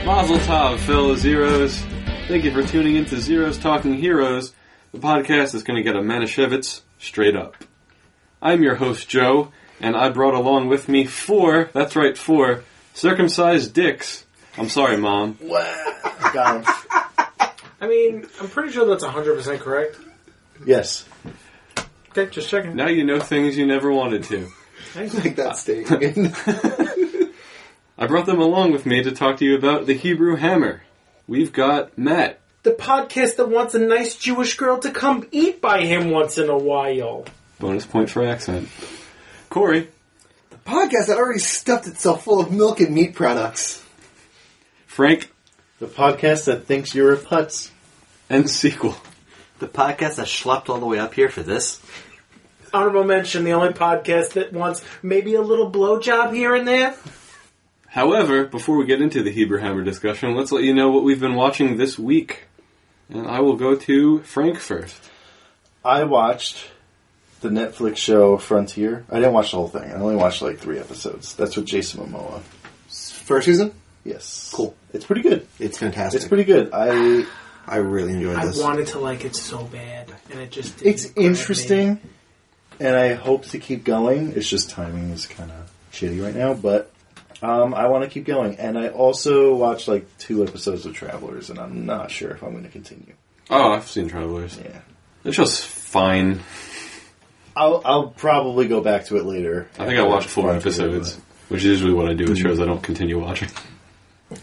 Tov, fellow Zeros. Thank you for tuning in to Zeros Talking Heroes, the podcast that's going to get a Manischewitz straight up. I'm your host, Joe, and I brought along with me four, that's right, four, circumcised dicks. I'm sorry, Mom. Got him. I mean, I'm pretty sure that's 100% correct. Yes. Okay, just checking. Now you know things you never wanted to. Make that statement. I brought them along with me to talk to you about the Hebrew hammer. We've got Matt. The podcast that wants a nice Jewish girl to come eat by him once in a while. Bonus point for accent. Corey. podcast that already stuffed itself full of milk and meat products. Frank the podcast that thinks you're a putz. and sequel. The podcast that schlepped all the way up here for this. Honorable mention, the only podcast that wants maybe a little blowjob here and there. However, before we get into the Hebrew Hammer discussion, let's let you know what we've been watching this week. And I will go to Frank first. I watched the Netflix show Frontier. I didn't watch the whole thing. I only watched like three episodes. That's with Jason Momoa. First season? Yes. Cool. It's pretty good. It's fantastic. It's pretty good. I. I really enjoyed I this. wanted to like it so bad, and it just didn't It's grab me. interesting, and I hope to keep going. It's just timing is kind of shitty right now, but um, I want to keep going. And I also watched like two episodes of Travelers, and I'm not sure if I'm going to continue. Oh, I've seen Travelers. Yeah. It's just fine. I'll, I'll probably go back to it later. I think I watched four episodes, which is usually what I do with shows I don't continue watching,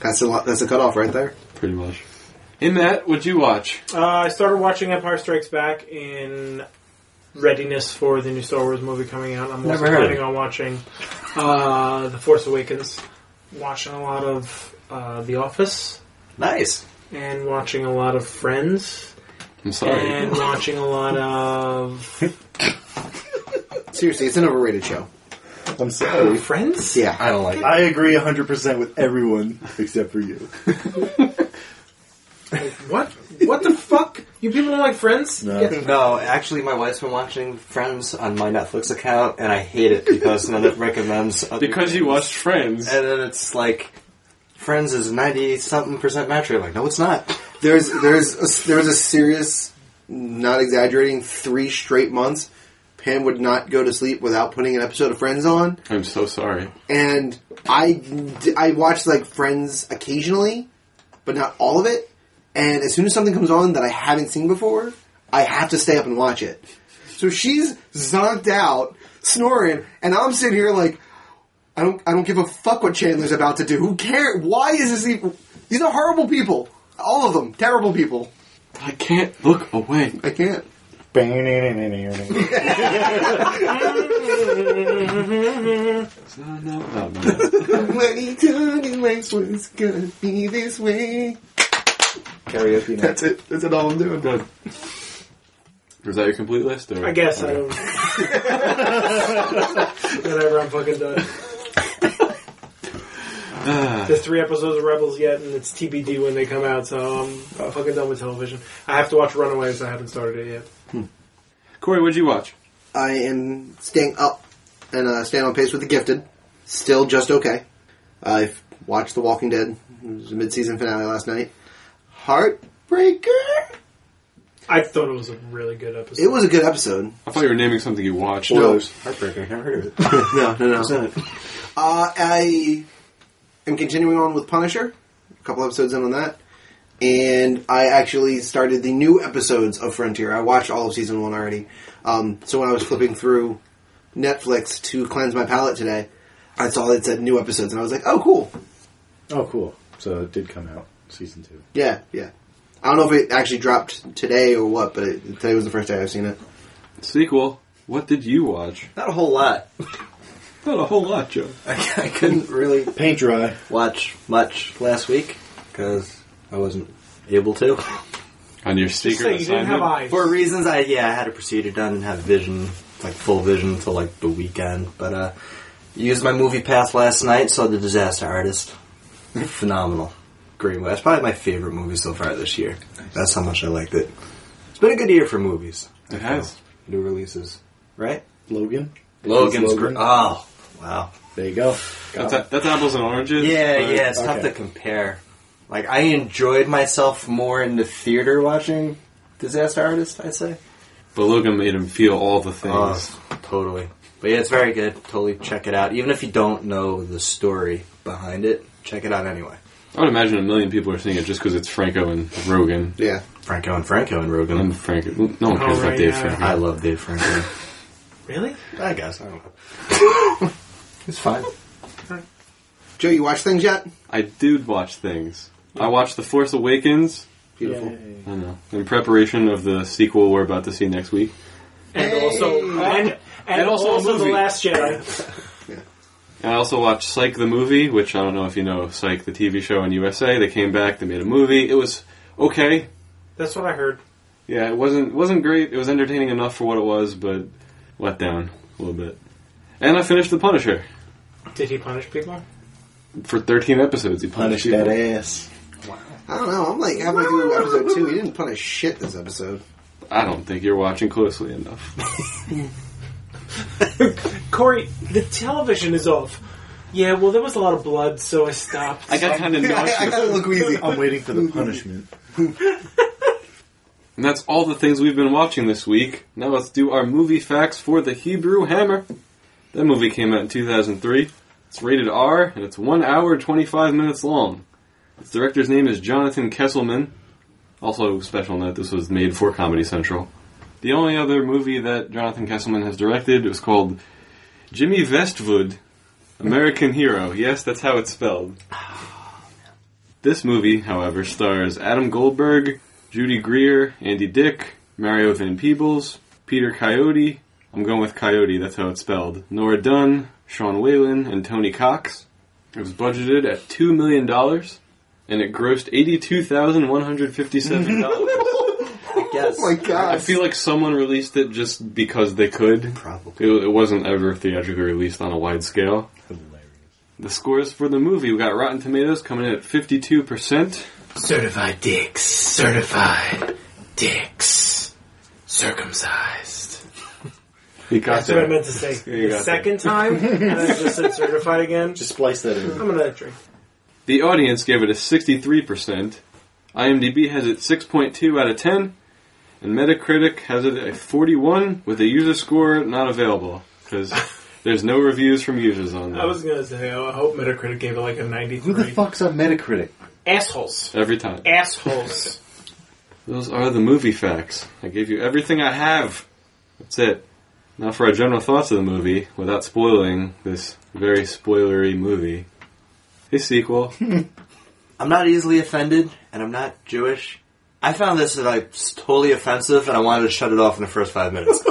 That's a lot. That's a cutoff right there. pretty much. Hey, Matt, what'd you watch? Uh, I started watching Empire Strikes Back in readiness for the new Star Wars movie coming out. I'm also Never heard of planning on watching uh, The Force Awakens, watching a lot of uh, The Office, Nice. and watching a lot of Friends. I'm sorry. and watching a lot of Seriously, it's an overrated show. I'm sorry. Friends. Yeah, I don't like. I agree 100% with everyone except for you. What? What the fuck? You people don't like Friends? No. No, actually, my wife's been watching Friends on my Netflix account, and I hate it because none of it recommends. Other Because you things. watched Friends. And then it's like, Friends is 90 something percent match. I'm like, no, it's not. There's there's a, there was a serious, not exaggerating, three straight months. Pam would not go to sleep without putting an episode of Friends on, I'm so sorry. and I I watch like Friends occasionally, but not all of it. And as soon as something comes on that I haven't seen before, I have to stay up and watch it. So she's zonked out, snoring, and I'm sitting here like, I don't I don't give a fuck what Chandler's about to do. Who cares? Why is this even? These are horrible people. All of them, terrible people. I can't look away. I can't. No, no, no, no. When he told you it was gonna be this way. Karaoke night. That's it. That's it. All I'm doing. Good. Was that your complete list? Or? I guess I Okay. don't. Whatever, I'm fucking done. There's three episodes of Rebels yet, and it's TBD when they come out. So I'm fucking done with television. I have to watch Runaways. I haven't started it yet. Corey, what'd you watch? I am staying up and uh, staying on pace with The Gifted. Still just okay. I've watched The Walking Dead. It was the mid-season finale last night. Heartbreaker. I thought it was a really good episode. It was a good episode. I thought you were naming something you watched. Spoilers. Heartbreaker, never heard of it. No, no, What's no. in it? Uh, I am continuing on with Punisher. A couple episodes in on that, and I actually started the new episodes of Frontier. I watched all of season one already. Um, so when I was flipping through Netflix to cleanse my palate today, I saw it said new episodes, and I was like, "Oh, cool! Oh, cool. So it did come out, season two. Yeah, yeah. I don't know if it actually dropped today or what, but it, today was the first day I've seen it. Sequel. What did you watch? Not a whole lot. Not a whole lot, Joe. I, I couldn't really Paint dry. watch much last week because I wasn't able to. On your Just saying, secret you didn't assignment. have eyes. For reasons I yeah, I had a procedure done and have vision, like full vision until like the weekend. But uh used my movie pass last night, saw the disaster artist. Phenomenal. Great movie. That's probably my favorite movie so far this year. That's how much I liked it. It's been a good year for movies. It has. New releases. Right? Logan. Logan's Logan. great. Oh, wow. There you go. That's, that's apples and oranges. Yeah, but yeah, it's okay. tough to compare. Like I enjoyed myself more in the theater watching Disaster Artist. I'd say. But Logan made him feel all the things. Oh, totally. But yeah, it's very good. Totally check it out. Even if you don't know the story behind it, check it out anyway. I would imagine a million people are seeing it just because it's Franco and Rogan. Yeah. Franco and Franco and Rogan. And Franco, no one cares Oh, about right, Dave yeah. Franco. I love Dave Franco. Really? I guess I don't know. it's fine. Joe, you watch things yet? I do watch things. I watched The Force Awakens. Beautiful. I know. In preparation of the sequel we're about to see next week. And also, and, and, And also also, a the movie. Last Jedi. And I also watched Psych the movie, which I don't know if you know Psych the TV show in USA. They came back, they made a movie. It was okay. That's what I heard. Yeah, it wasn't wasn't great. It was entertaining enough for what it was, but let down a little bit. And I finished The Punisher Did he punish people? for 13 episodes. He Punish punished that people. ass. I don't know. I'm like halfway through episode two. He didn't punish shit this episode. I don't think you're watching closely enough. Corey, the television is off. Yeah, well, there was a lot of blood, so I stopped. I got kind of nauseous. gotta look easy. I'm waiting for the punishment. And that's all the things we've been watching this week. Now let's do our movie facts for The Hebrew Hammer. That movie came out in 2003. It's rated R, and it's 1 hour and 25 minutes long. Its director's name is Jonathan Kesselman. Also, special note, this was made for Comedy Central. The only other movie that Jonathan Kesselman has directed was called Jimmy Westwood, American Hero. Yes, that's how it's spelled. This movie, however, stars Adam Goldberg, Judy Greer, Andy Dick, Mario Van Peebles, Peter Coyote. I'm going with Coyote, that's how it's spelled. Nora Dunn, Sean Whalen, and Tony Cox. It was budgeted at $2 million, and it grossed $82,157. I guess. Oh my god. I feel like someone released it just because they could. Probably. It, it wasn't ever theatrically released on a wide scale. Hilarious. The scores for the movie, we got Rotten Tomatoes coming in at 52%. Certified dicks. Certified dicks. Circumcised. He got That's what I meant to say. Yeah, you The got second time, and I just said certified again. Just splice that in. I'm gonna drink. The audience gave it a 63%. IMDb has it 6.2 out of 10. And Metacritic has it a 41 with a user score not available because there's no reviews from users on that. I was gonna say, oh, I hope Metacritic gave it like a 93. Who the fuck's on Metacritic? Assholes. Every time. Assholes. Those are the movie facts. I gave you everything I have. That's it. Now for our general thoughts of the movie, without spoiling this very spoilery movie. A sequel. I'm not easily offended, and I'm not Jewish. I found this like totally offensive, and I wanted to shut it off in the first five minutes.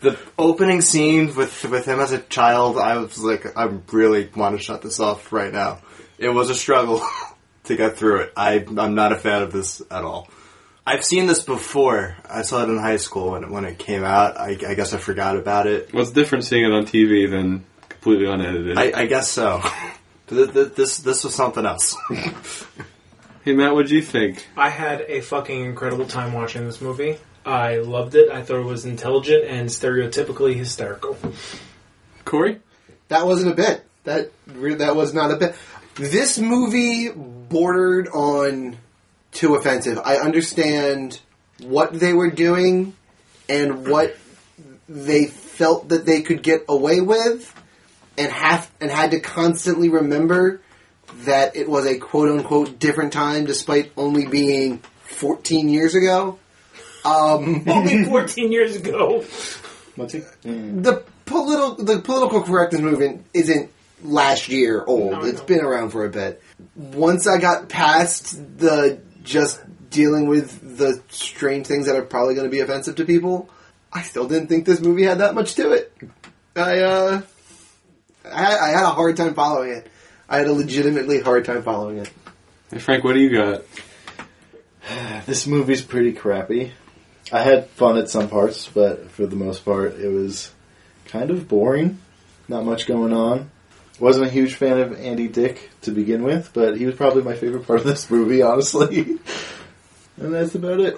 the opening scene with with him as a child, I was like, I really want to shut this off right now. It was a struggle to get through it. I I'm not a fan of this at all. I've seen this before. I saw it in high school when it, when it came out. I, I guess I forgot about it. What's different seeing it on TV than completely unedited? I, I guess so. Th- th- this this was something else. hey Matt, what'd you think? I had a fucking incredible time watching this movie. I loved it. I thought it was intelligent and stereotypically hysterical. Corey? That wasn't a bit. That re- that was not a bit. This movie bordered on too offensive. I understand what they were doing and what they felt that they could get away with, and have and had to constantly remember that it was a quote unquote different time, despite only being 14 years ago. Only 14 years ago. What's he? the political the political correctness movement isn't last year old. No, I it's know. been around for a bit. Once I got past the just dealing with the strange things that are probably going to be offensive to people, I still didn't think this movie had that much to it. I uh, I had, I had a hard time following it. I had a legitimately hard time following it. Hey Frank, what do you got? This movie's pretty crappy. I had fun at some parts, but for the most part, it was kind of boring. Not much going on. Wasn't a huge fan of Andy Dick to begin with, but he was probably my favorite part of this movie, honestly. and that's about it.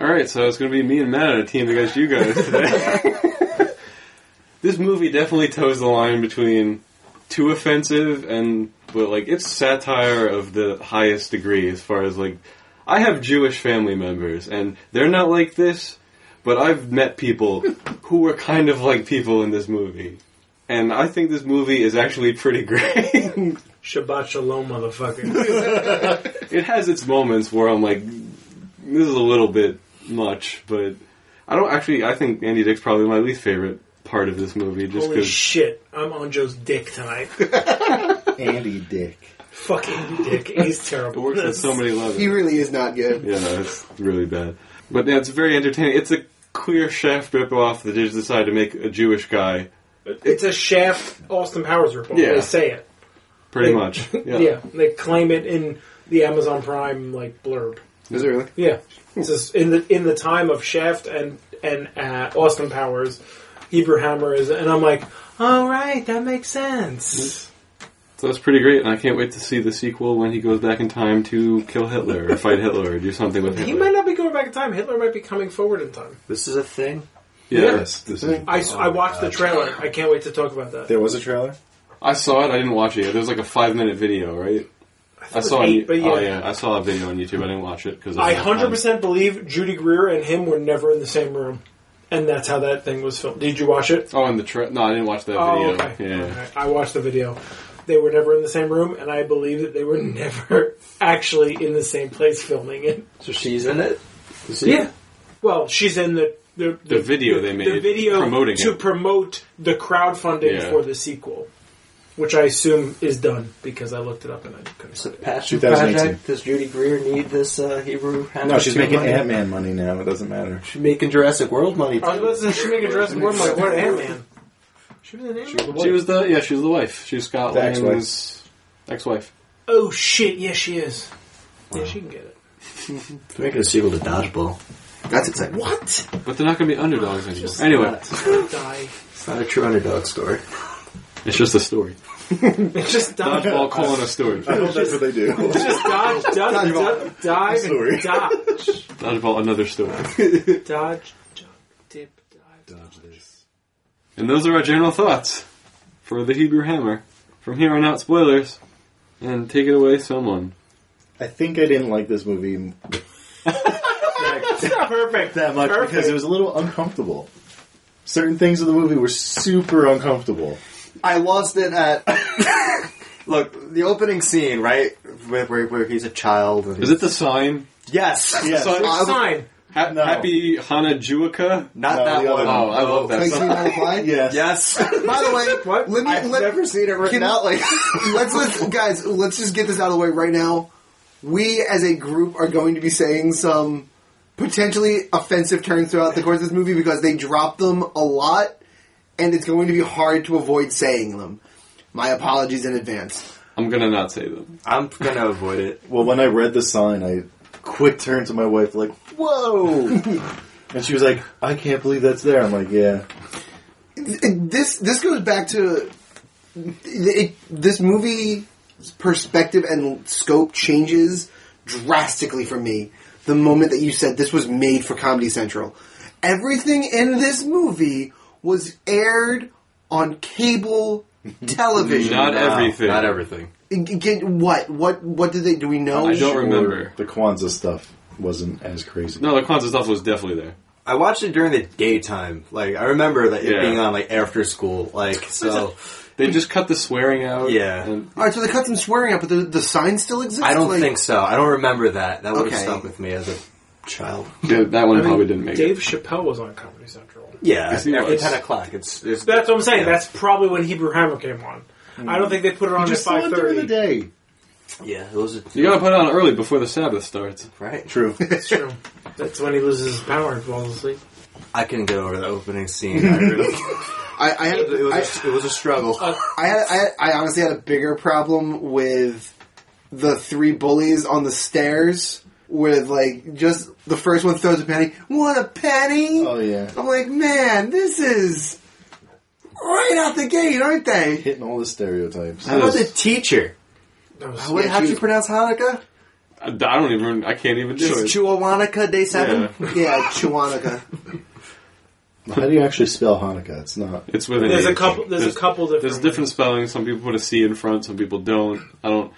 Alright, so it's gonna be me and Matt on a team against you guys today. this movie definitely toes the line between too offensive and but like it's satire of the highest degree as far as like I have Jewish family members and they're not like this, but I've met people who were kind of like people in this movie. And I think this movie is actually pretty great. Shabbat shalom, motherfucker. it has its moments where I'm like, this is a little bit much, but I don't actually. I think Andy Dick's probably my least favorite part of this movie, just Holy because shit! I'm on Joe's dick tonight. Andy Dick. Fucking dick. He's it terrible. works on so many levels. He really is not good. Yeah, no, it's really bad. But yeah, it's very entertaining. It's a queer chef ripoff that they just decided to make a Jewish guy, It's a Shaft Austin Powers report. Yeah. They say it. pretty Like- much. Yeah. they claim it in the Amazon Prime like blurb. Is it really? Yeah, it's just in the in the time of Shaft and and uh, Austin Powers, Hebrew Hammer is, and I'm like, all right, that makes sense. So that's pretty great, and I can't wait to see the sequel when he goes back in time to kill Hitler or fight Hitler or do something with He Hitler. might not be going back in time. Hitler might be coming forward in time. This is a thing. yes, this is. I, s- I watched the trailer. I can't wait to talk about that. There was a trailer? I saw it. I didn't watch it. yet. There was like a five minute video, right? I saw. it. Eight, but yeah. Oh yeah, I saw a video on YouTube. I didn't watch it because I hundred percent believe Judy Greer and him were never in the same room, and that's how that thing was filmed. Did you watch it? Oh, in the tra- no, I didn't watch that Oh, video. okay. Yeah, All right. I watched the video. They were never in the same room, and I believe that they were never actually in the same place filming it. So she's in it. Is she? Yeah. Well, she's in the the, The video they the made video promoting to it. promote the crowdfunding Yeah. for the sequel, which I assume is done because I looked it up and I couldn't. It's a see passion 2018. project. Does Judy Greer need this uh, Hebrew? Hammer No, she's to making money? Ant Man money now. It doesn't matter. She's making Jurassic World money. I was listening to Shamika Dress Gordon like, what Ant Man? She was an Ant Man. she was the yeah, she was the wife. She was Scott The ex-wife. Lang's ex-wife. Oh shit! Yes, she is. Yeah, she can get it. She's making a sequel to Dodgeball. That's exciting. What? But they're not going to be underdogs anymore. Just- Anyway, Die. It's not a true underdog story. it's just a story. Just die. Dodgeball calling a story. I hope that's what they do. Just dodge, dodge, Dodgeball. dodge, dive, Sorry. and dodge, Dodgeball another story. dodge, dodge, dip, dive. And those are our general thoughts for the Hebrew Hammer. From here on out, spoilers. And take it away, someone. I think I didn't like this movie Perfect. that much Perfect. because it was a little uncomfortable. Certain things of the movie were super uncomfortable. I lost it at. Look, the opening scene, right, where, where, where he's a child. And Is it the sign? Yes, Yes. So- Which sign? Ha- No. Happy Hana Juica? not No, that the one. other Oh, I love that Thanks for song. my reply. Yes. Yes, By the way, What? let me I've let, never seen it written can- out like. let's let guys. Let's just get this out of the way right now. We as a group are going to be saying some potentially offensive terms throughout the course of this movie because they drop them a lot, and it's going to be hard to avoid saying them. My apologies in advance. I'm gonna not say them. I'm gonna avoid it. Well, when I read the sign, I quick turned to my wife like, "Whoa!" and she was like, "I can't believe that's there." I'm like, "Yeah." This this goes back to it, this movie's perspective and scope changes drastically for me the moment that you said this was made for Comedy Central. Everything in this movie was aired on cable television. Not No, everything. Not everything. Get- what? What? What did they? Do we know? I don't remember. Or the Kwanzaa stuff wasn't as crazy. No, the Kwanzaa stuff was definitely there. I watched it during the daytime. Like I remember that Yeah. it being on like after school. Like so, They just cut the swearing out. Yeah. and- All right, so they cut some swearing out, but the, the sign still exists. I don't Like, think so. I don't remember that. That would have Okay. stuck with me as a child. yeah, that one probably didn't make Dave Chappelle was on Comedy Central. Yeah, Yes, he after was. ten o'clock. It's, it's That's what I'm saying. That's probably when Hebrew Hammer came on. I don't think they put it on Just at saw it during the 5:30. day. yeah. Those are it. You gotta put it on early before the Sabbath starts. right. True. That's true. That's when he loses his power and falls asleep. I couldn't get over the opening scene. I really, I, I had. it, I- was a, it was a struggle. I, had, I, I honestly had a bigger problem with the three bullies on the stairs. With like just the first one throws a penny. What a penny! Oh yeah, I'm like, man, this is right out the gate, aren't they? hitting all the stereotypes. How about the teacher? That was- What, how do you pronounce Hanukkah? I, I don't even. I can't even do It's it. Chuawanica Day Seven. Yeah. Yeah, Chewanica. How do you actually spell Hanukkah? It's not. It's with an There's A, a I couple. think. There's, a couple different. There's different spelling. Some people put a C in front. Some people don't. I don't.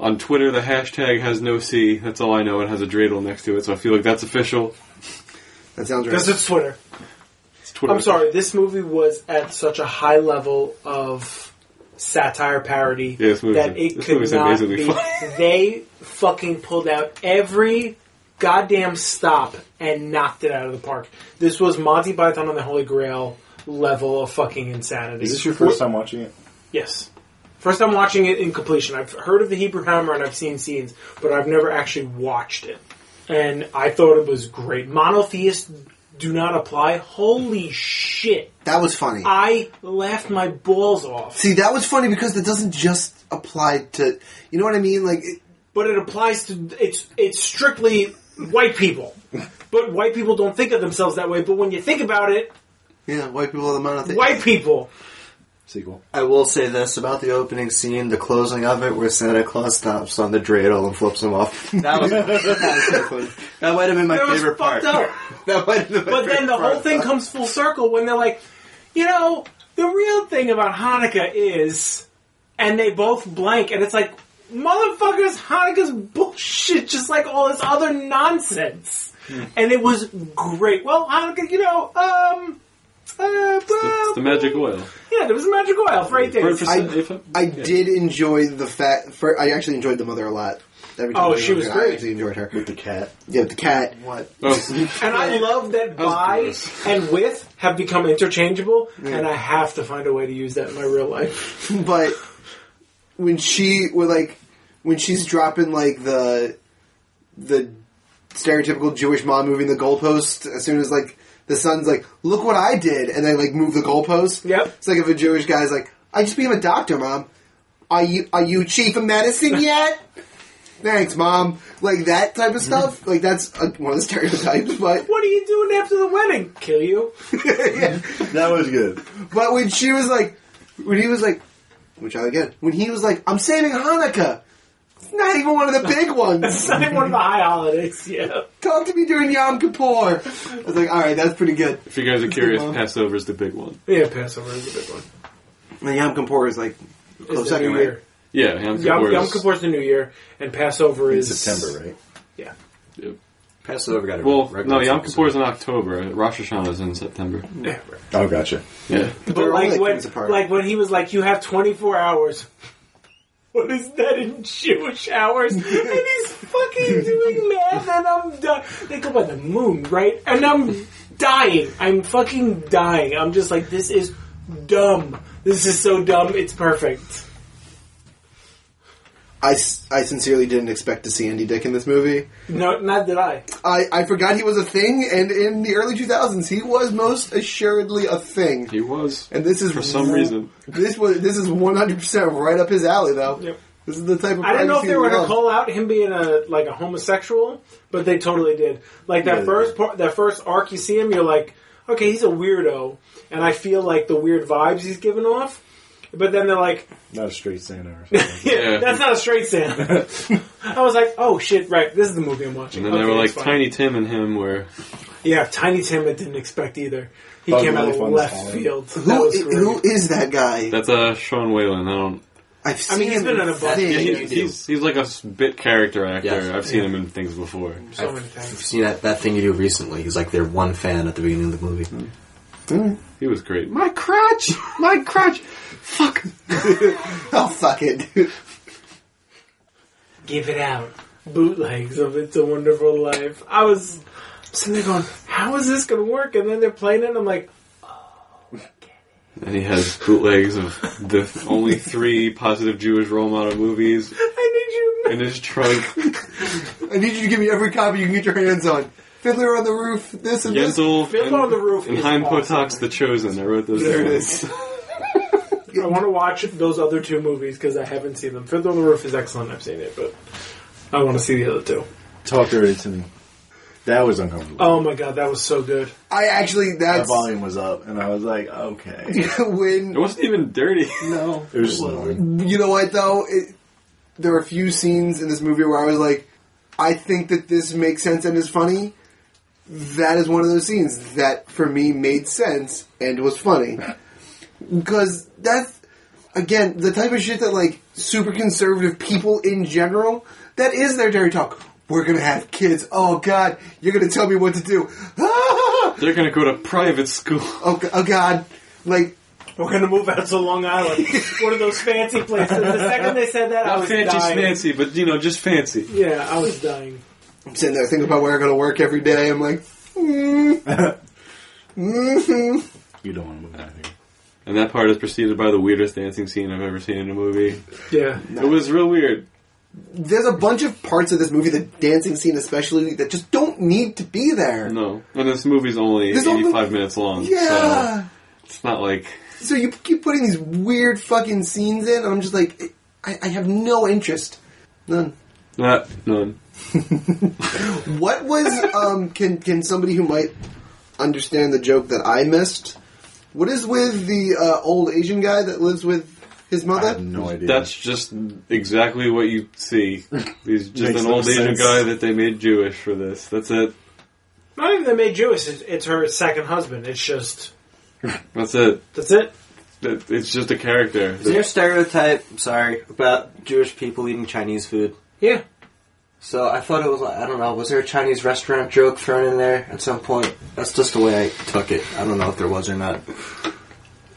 On Twitter, the hashtag has no C. That's all I know. It has a dreidel next to it, so I feel like that's official. That sounds right. Because it's Twitter. It's Twitter. I'm sorry. This movie was at such a high level of satire parody Yeah, this movie's- that it this could movie's not amazingly be. funny. they fucking pulled out every goddamn stop and knocked it out of the park. This was Monty Python and the Holy Grail level of fucking insanity. Is this your first time watching it? Yes. First time watching it in completion. I've heard of the Hebrew Hammer and I've seen scenes, but I've never actually watched it. And I thought it was great. Monotheists do not apply. Holy shit. that was funny. I laughed my balls off. See, that was funny because it doesn't just apply to. You know what I mean? Like, it, But it applies to it's it's strictly white people. But white people don't think of themselves that way, but when you think about it, yeah, white people are the monotheists. white people Sequel. I will say this about the opening scene, the closing of it, where Santa Claus stops on the dreidel and flips him off. That was that, was so funny. that might have been my That was favorite part. fucked up. That might have been my But then favorite the whole part. thing comes full circle when they're like, you know, the real thing about Hanukkah is, and they both blank, and it's like, motherfuckers, Hanukkah's bullshit, just like all this other nonsense. Hmm. And it was great. Well, Hanukkah, you know, um, uh, It's the magic oil. yeah, there was magic oil for eight days. I, I did enjoy the fact. For, I actually enjoyed the mother a lot. Every time Oh, I she was watched it, I great. actually enjoyed her. The cat. Yeah, with the cat. What? And I love that by gross. and with have become interchangeable, and I have to find a way to use that in my real life. But when she, well, like, when she's dropping like the the stereotypical Jewish mom moving the goalpost as soon as like the son's like, look what I did, and then like move the goalpost. Yep. It's like if a Jewish guy's like, I just became a doctor, mom. Are you are you chief of medicine yet? Thanks, mom. Like that type of stuff. Like that's uh one of the stereotypes, but What are you doing after the wedding? Kill you. yeah. That was good. But when she was like, when he was like, which I again, when he was like, I'm saving Hanukkah. It's not even one of the big It's ones. not even one of the high holidays, yeah. Talk to me during Yom Kippur. I was like, all right, that's pretty good. If you guys are curious, Passover's the big one. Yeah, Passover is a big one. And Yom Kippur is like It's close the second, New right? Year. Yeah, Yom Yom, Kippur. Yom is- Kippur is the New Year, and Passover In is September, right? Yeah, Passover got a Well, regular no, Yom episode. Kippur is in October. Rosh Hashanah is in September. yeah. right. Oh, gotcha. Yeah. But, they're all like like when, things apart. like when he was like, "You have 24 hours." What is that in Jewish hours? and he's fucking doing math, and I'm done. They go by the moon, right? And I'm dying. I'm fucking dying. I'm just like, this is dumb. This is so dumb. It's perfect. I, s- I sincerely didn't expect to see Andy Dick in this movie. No, not that I. I, I forgot he was a thing, and in the early 2000s, he was most assuredly a thing. He was. And this is For some reason. This was this is 100 percent right up his alley, though. Yep. This is the type of I didn't know if privacy they were we going to love. call out him being a like a homosexual, but they totally did. Like that Yeah. first part, that first arc, you see him, you're like, okay, he's a weirdo, and I feel like the weird vibes he's giving off. But then they're like, Not a straight Santa or something. yeah, Yeah. that's not a straight Sam. I was like, oh shit, right, this is the movie I'm watching. And then they Okay, were like it's fine. Tiny Tim and him were yeah, Tiny Tim. I didn't expect either. He Bug came out Life of on left Sky. field. That Who, was i- great. who is that guy? that's uh Sean Whalen. I don't I've seen I mean, he's him been in a bunch. things. yeah, you he's, do. he's he's like a s- bit character actor. Yes. I've seen him in things before. so many times. I've seen that, that thing you do recently. He's like their one fan at the beginning of the movie. Mm-hmm. Mm. He was great. My crotch, my crotch. Fuck. Oh fuck it, dude. give it out. Bootlegs of It's a Wonderful Life. I was sitting there going, how is this going to work? And then they're playing it, and I'm like, And he has bootlegs of the only three positive Jewish role model movies I need you. in his trunk. I need you to give me every copy you can get your hands on. Fiddler on the Roof, this and this. Yentl Fiddler and, on the Roof and is Hein awesome. Potok's The Chosen. I wrote those. There it down. is. I want to watch those other two movies because I haven't seen them. Fiddler on the Roof is excellent. I've seen it, but I want to see the other two. Talk dirty to me. That was uncomfortable. Oh my god, that was so good. I actually, That that's volume was up, and I was like, okay. It when. wasn't even dirty. No. It was just annoying. You know what though? It, there are a few scenes in this movie where I was like, I think that this makes sense and is funny, that is one of those scenes that for me made sense and was funny. Because that's, again, the type of shit that, like, super conservative people in general, that is their dairy talk. We're gonna have kids. Oh god, you're gonna tell me what to do. Ah! They're gonna go to private school. Oh, g- oh god. Like, We're gonna move out to Long Island, one of those fancy places. The second they said that, I Not was fancy dying. schmancy, but you know, just fancy. Yeah, I was dying. I'm sitting there thinking about where I'm gonna work every day. I'm like, mm. Mhm. You don't want to move out here. And that part is preceded by the weirdest dancing scene I've ever seen in a movie. Yeah. It was real weird. There's a bunch of parts of this movie, the dancing scene especially, that just don't need to be there. No. And this movie's only This 85 only- minutes long. Yeah. So it's not like. so you keep putting these weird fucking scenes in, and I'm just like, I, I have no interest. None. Not, none. What was, um, can, can somebody who might understand the joke that I missed? What is with the uh, old Asian guy that lives with his I mother? have no idea. That's just exactly what you see. He's just Makes an no old Asian sense. guy that they made Jewish for this. That's it. Not even they made Jewish. It's, it's her second husband. It's just That's it. that's it. It- It's just a character. Is there a stereotype, sorry, about Jewish people eating Chinese food? Yeah. So I thought it was like, I don't know, was there a Chinese restaurant joke thrown in there at some point? That's just the way I took it. I don't know if there was or not.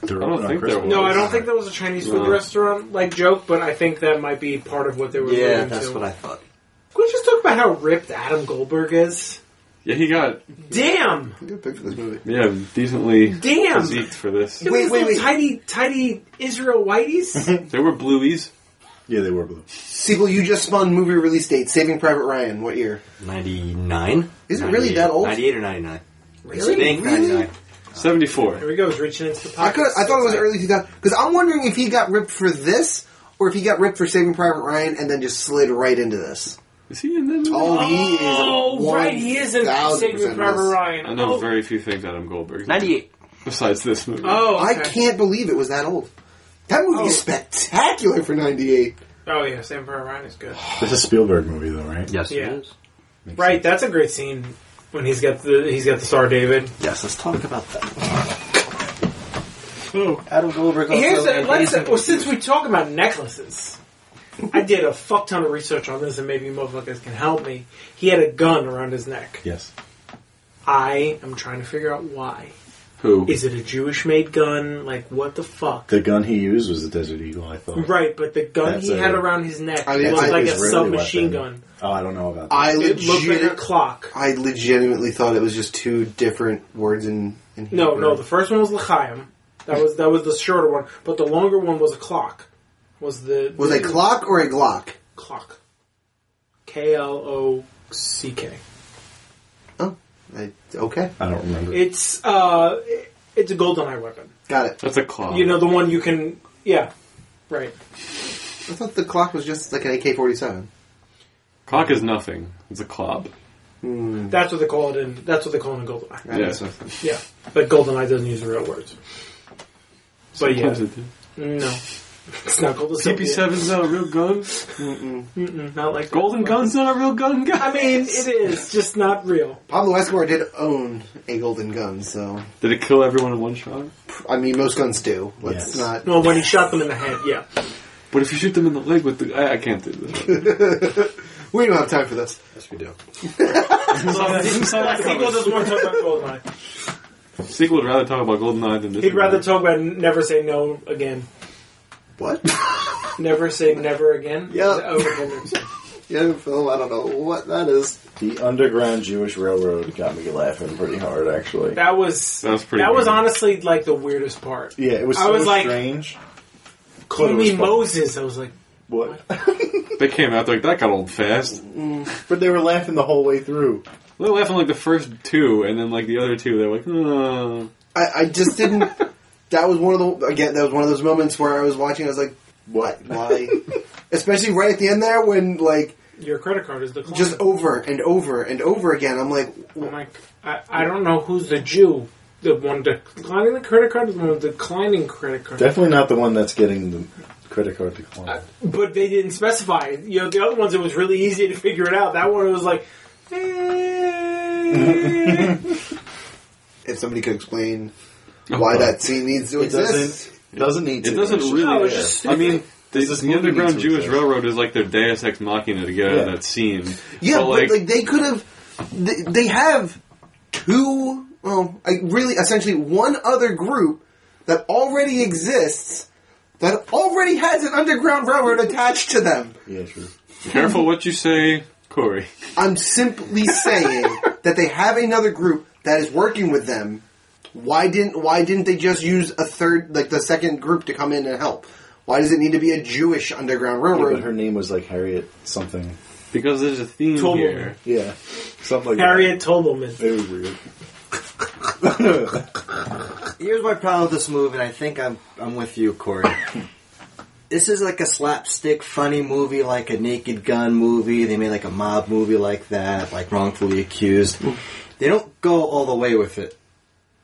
They're I don't open on think there Christmas. was. No, I don't think that was a Chinese food No. restaurant like joke, but I think that might be part of what they were. Yeah, alluding that's to. what I thought. Can we just talk about how ripped Adam Goldberg is? Yeah, he got Damn, Good pick for this movie. yeah decently damn. physiqued for this. Look at Wait, these wait, little wait. Tidy, tidy Israel whiteys. There were blueies. Yeah, they were blue. Sequel, you just spun movie release date, Saving Private Ryan. What year? 99? Is it really that old? 98 or 99. I Really? think 99. 74. Here he goes, reaching into the I pocket. could. I thought it was early 2000 because I'm wondering if he got ripped for this or if he got ripped for Saving Private Ryan and then just slid right into this. Is he in that movie? Oh, he is. Oh, right, he is in 1000% Saving Private this. Ryan. I know oh, very few things Adam Goldberg. 98. Besides this movie. oh I okay. can't believe it was that old. That movie Oh. is spectacular for '98. Oh yeah, Saving Private Ryan is good. This is a Spielberg movie, though, right? Yes, Yeah. it is. Right, that's a great scene when he's got the he's got the star David. Yes, let's talk about that. Oh. Adam Goldberg also Here's a, made let's, Amazing- well, since we talk about necklaces, I did a fuck ton of research on this, and maybe motherfuckers can help me. He had a gun around his neck. Yes. I am trying to figure out why. Who? Is it a Jewish-made gun? Like, what the fuck? The gun he used was the Desert Eagle, I thought. Right, but the gun That's he a- had around his neck I mean, looked it's like a Israeli submachine weapon. gun. Oh, I don't know about that. I It looked like legit, a clock. I legitimately thought it was just two different words in. in No, Hebrew. no. The first one was l'chaim. That was that was the shorter one, but the longer one was a clock. Was the was a clock or a Glock? clock? K L O C K. Oh, I, okay, I don't remember. It's uh, it's a GoldenEye weapon. got it. That's a clown. You know the one you can, yeah, right. I thought the clock was just like an AK-47. Clock is nothing. It's a clob. That's what they call it in. That's what they call it in GoldenEye. Right? Yeah. So- Yeah, but GoldenEye doesn't use the real words. But yeah, Sometimes it did. no, it's not called a Soviet. CP7's not a real gun. Mm-mm, not like Golden Gun's not a real gun, guys. I mean, it is just not real. Pablo Escobar did own a golden gun, so Did it kill everyone in one shot? I mean, most guns do. Let's Yes. not. Well, when he shot them in the head, yeah. But if you shoot them in the leg with the... I, I can't do this. We don't have time for this. Yes, we do. I think we'll just want to talk about GoldenEye. Sequel would rather talk about GoldenEye than this He'd rather movie. talk about Never Say No Again. What? Never Say Never Again. Yeah. Oh, okay, never say- yeah, Phil, I don't know what that is. The Underground Jewish Railroad got me laughing pretty hard, actually. That was That was pretty That was weird. honestly like the weirdest part. Yeah, it was I so was like, strange. Call But it me was fun. Moses. I was like, What? They came out they're like, that got old fast. but they were laughing the whole way through. They were laughing like the first two, and then like the other two, they're like, oh. I, I just didn't. that was one of the again. That was one of those moments where I was watching. I was like, what? Why? Especially right at the end there when like your credit card is declined. just over and over and over again. I'm like, I'm like, I, I don't know who's the Jew. The one declining the credit card, the one declining credit card. Definitely not the one that's getting the credit card declined. but they didn't specify. You know, the other ones it was really easy to figure it out. That one it was like, eh, Hey. If somebody could explain why that scene needs to Oh, It exist. doesn't. Doesn't need to. It doesn't It's just- really. No, it's yeah. just- I mean, the, Does this the movie underground need to Jewish exist? railroad is like their Deus Ex Machina to get out of Yeah. that scene. Yeah, But, but like, they could have. They, they have two. Well, I really, essentially, one other group that already exists that already has an underground railroad attached to them. Yeah, true. careful what you say, Corey. I'm simply saying that they have another group that is working with them. Why didn't Why didn't they just use a third, like the second group, to come in and help? Why does it need to be a Jewish underground Yeah, railroad? but her name was like Harriet something. Because there's a theme Totally. here. Yeah, something like Harriet Tobleman. That. It was weird. Here's my problem with this movie, and I think I'm I'm with you, Corey. this is like a slapstick funny movie, like a Naked Gun movie. They made like a mob movie like that, like Wrongfully Accused. they don't go all the way with it.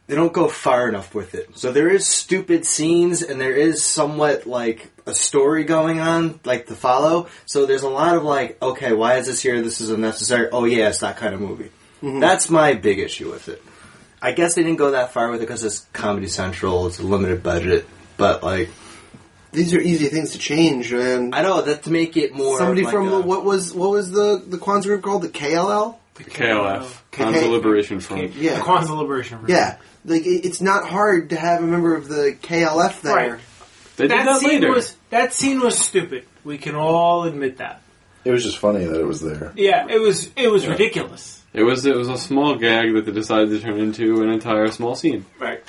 They don't go far enough with it. So there is stupid scenes, and there is somewhat like a story going on, like to follow. So there's a lot of like, okay, why is this here? This is unnecessary. Oh yeah, it's that kind of movie. That's my big issue with it. I guess they didn't go that far with it because it's Comedy Central. It's a limited budget, but like These are easy things to change, and I know that to make it more somebody like from a- what was what was the the Kwanzaa group called? The KLL? KLF, K- Kwanzaa Liberation Front. Yeah. The Kwanzaa Liberation Front. Yeah, like it, it's not hard to have a member of the KLF there. Right. They did That, that scene later. was that scene was stupid. We can all admit that. It was just funny that it was there. Yeah, it was it was ridiculous. It was it was a small gag that they decided to turn into an entire small scene. Right.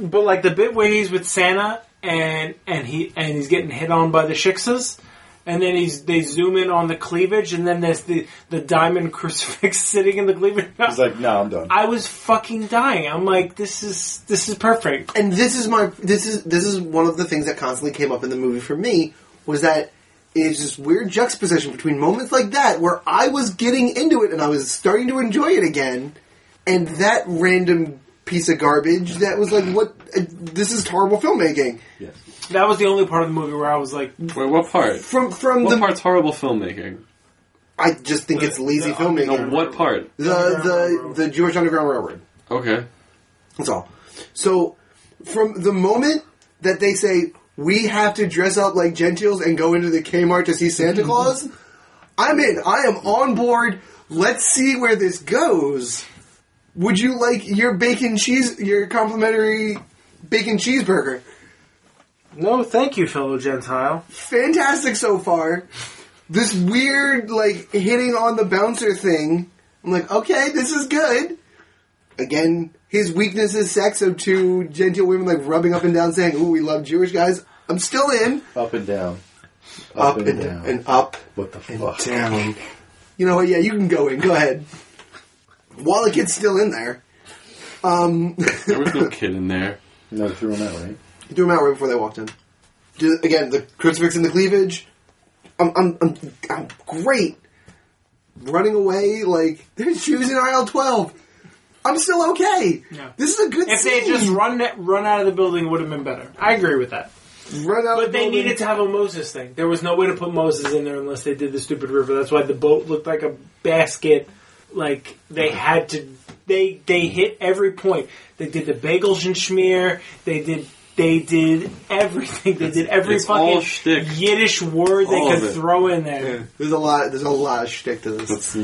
But like the bit where he's with Santa and and he and he's getting hit on by the Shiksas, and then he's they zoom in on the cleavage, and then there's the the diamond crucifix sitting in the cleavage. He's like, "No, I'm done." I was fucking dying. I'm like, this is this is perfect. and this is my this is this is one of the things that constantly came up in the movie for me was that it's this weird juxtaposition between moments like that where I was getting into it and I was starting to enjoy it again, and that random piece of garbage that was like, what? Uh, this is horrible filmmaking. yes. That was the only part of the movie where I was like, Wait, what part? From from What the, part's horrible filmmaking? I just think it's lazy the- No, filmmaking. what part? the the the Jewish Underground Railroad. Okay. That's all. So, from the moment that they say we have to dress up like Gentiles and go into the Kmart to see Santa Claus, I'm in. I am on board. Let's see where this goes. Would you like your bacon cheese, your complimentary bacon cheeseburger? no, thank you, fellow Gentile. Fantastic so far. This weird, like, hitting on the bouncer thing. I'm like, okay, this is good. Again, his weakness is sex, so two genteel women, like, rubbing up and down saying, ooh, we love Jewish guys. I'm still in. Up and down. Up, and, and up. what the fuck? Down. You know what? Yeah, you can go in. Go ahead. While the kid's still in there, um, There was no kid in there. No, they threw him out, right? You threw him out right before they walked in. Do, again, the crucifix and the cleavage. I'm, I'm, I'm, I'm great. Running away, like, there's shoes in aisle 12. I'm still okay. Yeah. This is a good If they had scene. just run that- run out of the building, it would have been better. I agree with that. Run out But of they building. needed to have a Moses thing. There was no way to put Moses in there unless they did the stupid river. That's why the boat looked like a basket. Like they had to, they they hit every point. They did the bagels and schmear. They did they did everything. They did every It's all fucking shtick. Yiddish word they All of could it. throw in there. There's a lot. There's a lot of shtick to this.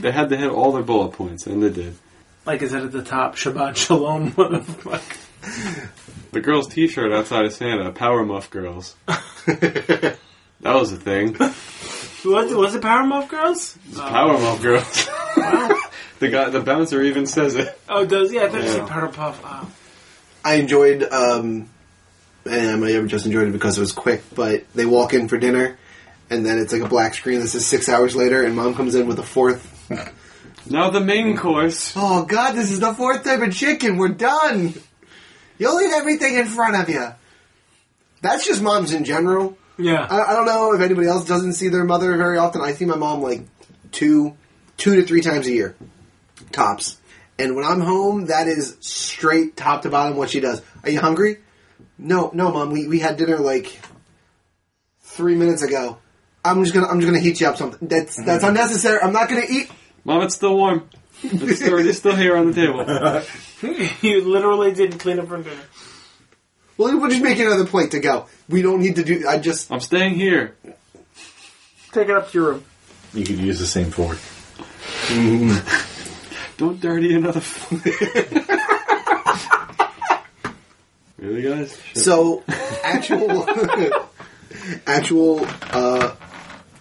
They had to hit all their bullet points, and they did. Like I said at the top, Shabbat Shalom, motherfucker. The girl's T-shirt outside of Santa, Power Muff Girls. that was a thing. It Was, was it Power Muff Girls? was Power Muff Girls. the guy, the bouncer, even says it. Oh, it does yeah? I thought it Yeah. said Power Puff. Oh. I enjoyed, um, and I might have just enjoyed it because it was quick. But they walk in for dinner, and then it's like a black screen. This is six hours later, and mom comes in with a fourth Now the main course. Oh god, this is the fourth type of chicken. We're done. You'll eat everything in front of you. That's just moms in general. Yeah. I, I don't know if anybody else doesn't see their mother very often. I see my mom like two, two to three times a year, tops. And when I'm home, that is straight top to bottom what she does. Are you hungry? No, no, mom. We, we had dinner like three minutes ago. I'm just gonna I'm just gonna heat you up something. That's that's unnecessary. I'm not gonna eat. Mom, it's still warm. It's, still- it's still here on the table. you literally didn't clean up from dinner. Well, we'll just make another plate to go. We don't need to do. I just. I'm staying here. Take it up to your room. You could use the same fork. Don't dirty another. really, guys? Shit. So, actual, actual, uh,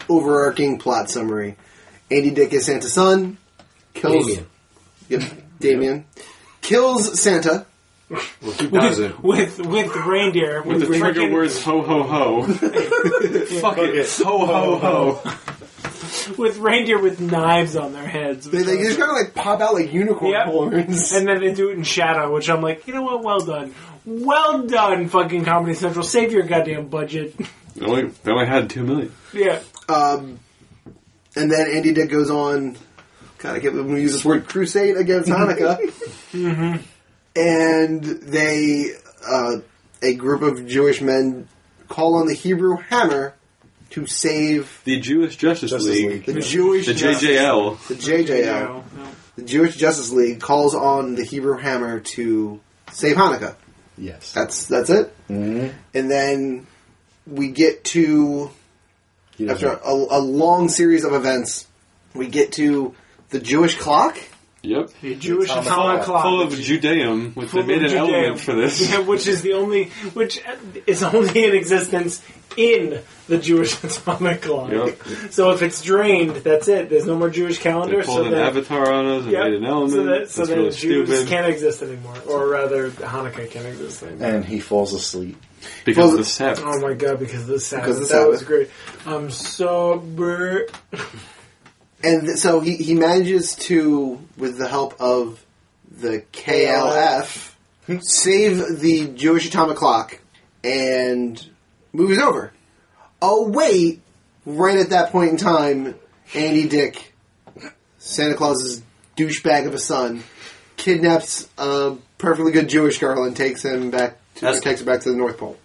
overarching plot summary: Andy Dick is Santa's son, kills Damien. Yep, Damien kills Santa. Well, he doesn't. With with reindeer. With the trigger freaking- words ho ho ho. Fuck it. Ho ho ho. With reindeer with knives on their heads. They, they just kind of like pop out like unicorn Yep. horns. And then they do it in shadow, which I'm like, you know what? Well done. Well done, fucking Comedy Central. Save your goddamn budget. They only, they only had two million. yeah. Um, and then Andy Dick goes on, God, I can't believe we use this word, crusade against Hanukkah. And they, uh, a group of Jewish men, call on the Hebrew hammer to save The Jewish Justice, Justice League, the League. Jewish the Justice- JJL, The JJL. No, no. The Jewish Justice League calls on the Hebrew hammer to save Hanukkah. Yes. That's that's it. Mhm. And then we get to He doesn't- after a, a long series of events, we get to the Jewish clock. Yep. The Jewish Atomic atomic clock. clock. Full of Judaism, which they made an Judaism. element for this. Yeah, which is the only, which is only in existence in the Jewish atomic clock. Yep. So if it's drained, that's it. There's no more Jewish They calendar. pulled So an that, avatar on us and yep, made an element. so that so That's that really Jews stupid. can't exist anymore, or rather, Hanukkah can't exist anymore. and he falls asleep. Because Well, of the Sabbath. Oh my god! Because of the Sabbath, Because of the that was Sabbath. great. I'm sober. And th- so he, he manages to, with the help of the KLF, save the Jewish atomic clock and moves over. Oh, wait! Right at that point in time, Andy Dick, Santa Claus's douchebag of a son, kidnaps a perfectly good Jewish girl and takes him back to, Esther. takes her back to the North Pole.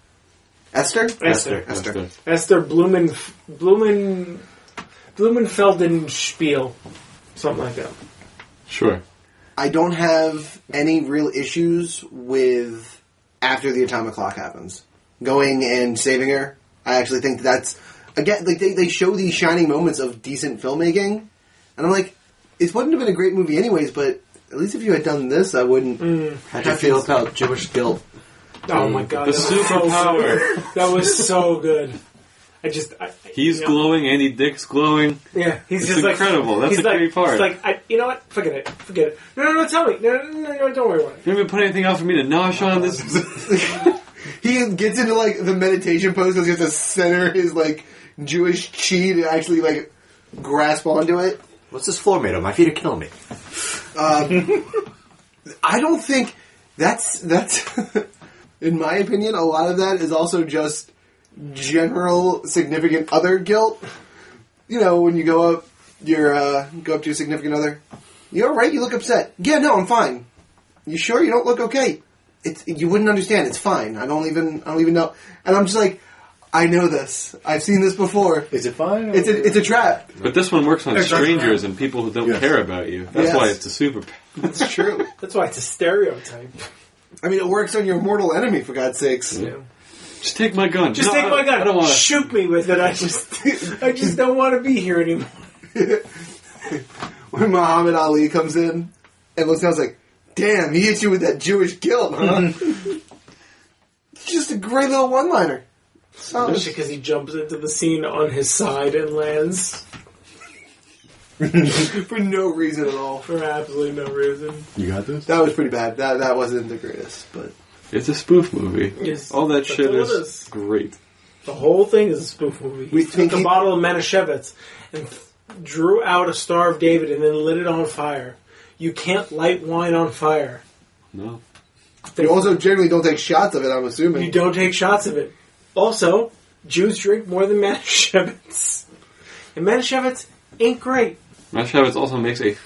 Esther? Esther, That's Esther. the- Esther Blumen, Blumen, Blumenfelden Spiel, something like that. Sure. I don't have any real issues with after the atomic clock happens. Going and saving her. I actually think that's again like they, they show these shining moments of decent filmmaking. And I'm like, it wouldn't have been a great movie anyways, but at least if you had done this I wouldn't How do you feel about Jewish guilt? Oh my god! Mm. The that was so superpower. good. that was so good. I just I, I- He's you know, glowing, Andy Dick's glowing. Yeah, he's It's just like- incredible. That's he's the great like, part. He's like, I, you know what? Forget it. Forget it. No, no, no. Tell me. No, no, no. no don't worry about it. You haven't put anything out for me to nosh on this. He gets into like the meditation pose because he has to center his like Jewish chi to actually like grasp onto it. What's this floor made of? My feet are killing me. I don't think that's that's in my opinion a lot of that is also just general significant other guilt. You know, when you go up your uh, go up to your significant other, you're all right. You look upset. Yeah, no, I'm fine. You sure you don't look okay? It's you wouldn't understand. It's fine. I don't even I don't even know. And I'm just like, I know this. I've seen this before. Is it fine? It's a, it's a trap. but this one works on strangers and people who don't Yes. care about you. That's Yes. why it's a super. It's true. That's why it's a stereotype. I mean, it works on your mortal enemy for God's sakes. Yeah. Just take my gun. Just No, take my gun. I don't want to. Shoot me with it. I just, I just don't want to be here anymore. when Muhammad Ali comes in and looks down, it's like, damn, he hit you with that Jewish guilt, huh? Just a great little one liner. Especially because he jumps into the scene on his side and lands For no reason at all. for absolutely no reason. you got this? That was pretty bad. That that wasn't the greatest, but It's a spoof movie. Yes. All that That's shit all it is, is. great. The whole thing is a spoof movie. He We took think a he- bottle of Manischewitz and drew out a Star of David and then lit it on fire. You can't light wine on fire. No. you also generally don't take shots of it. I'm assuming. You don't take shots of it. Also, Jews drink more than Manischewitz. And Manischewitz ain't great. Mashevitz also makes a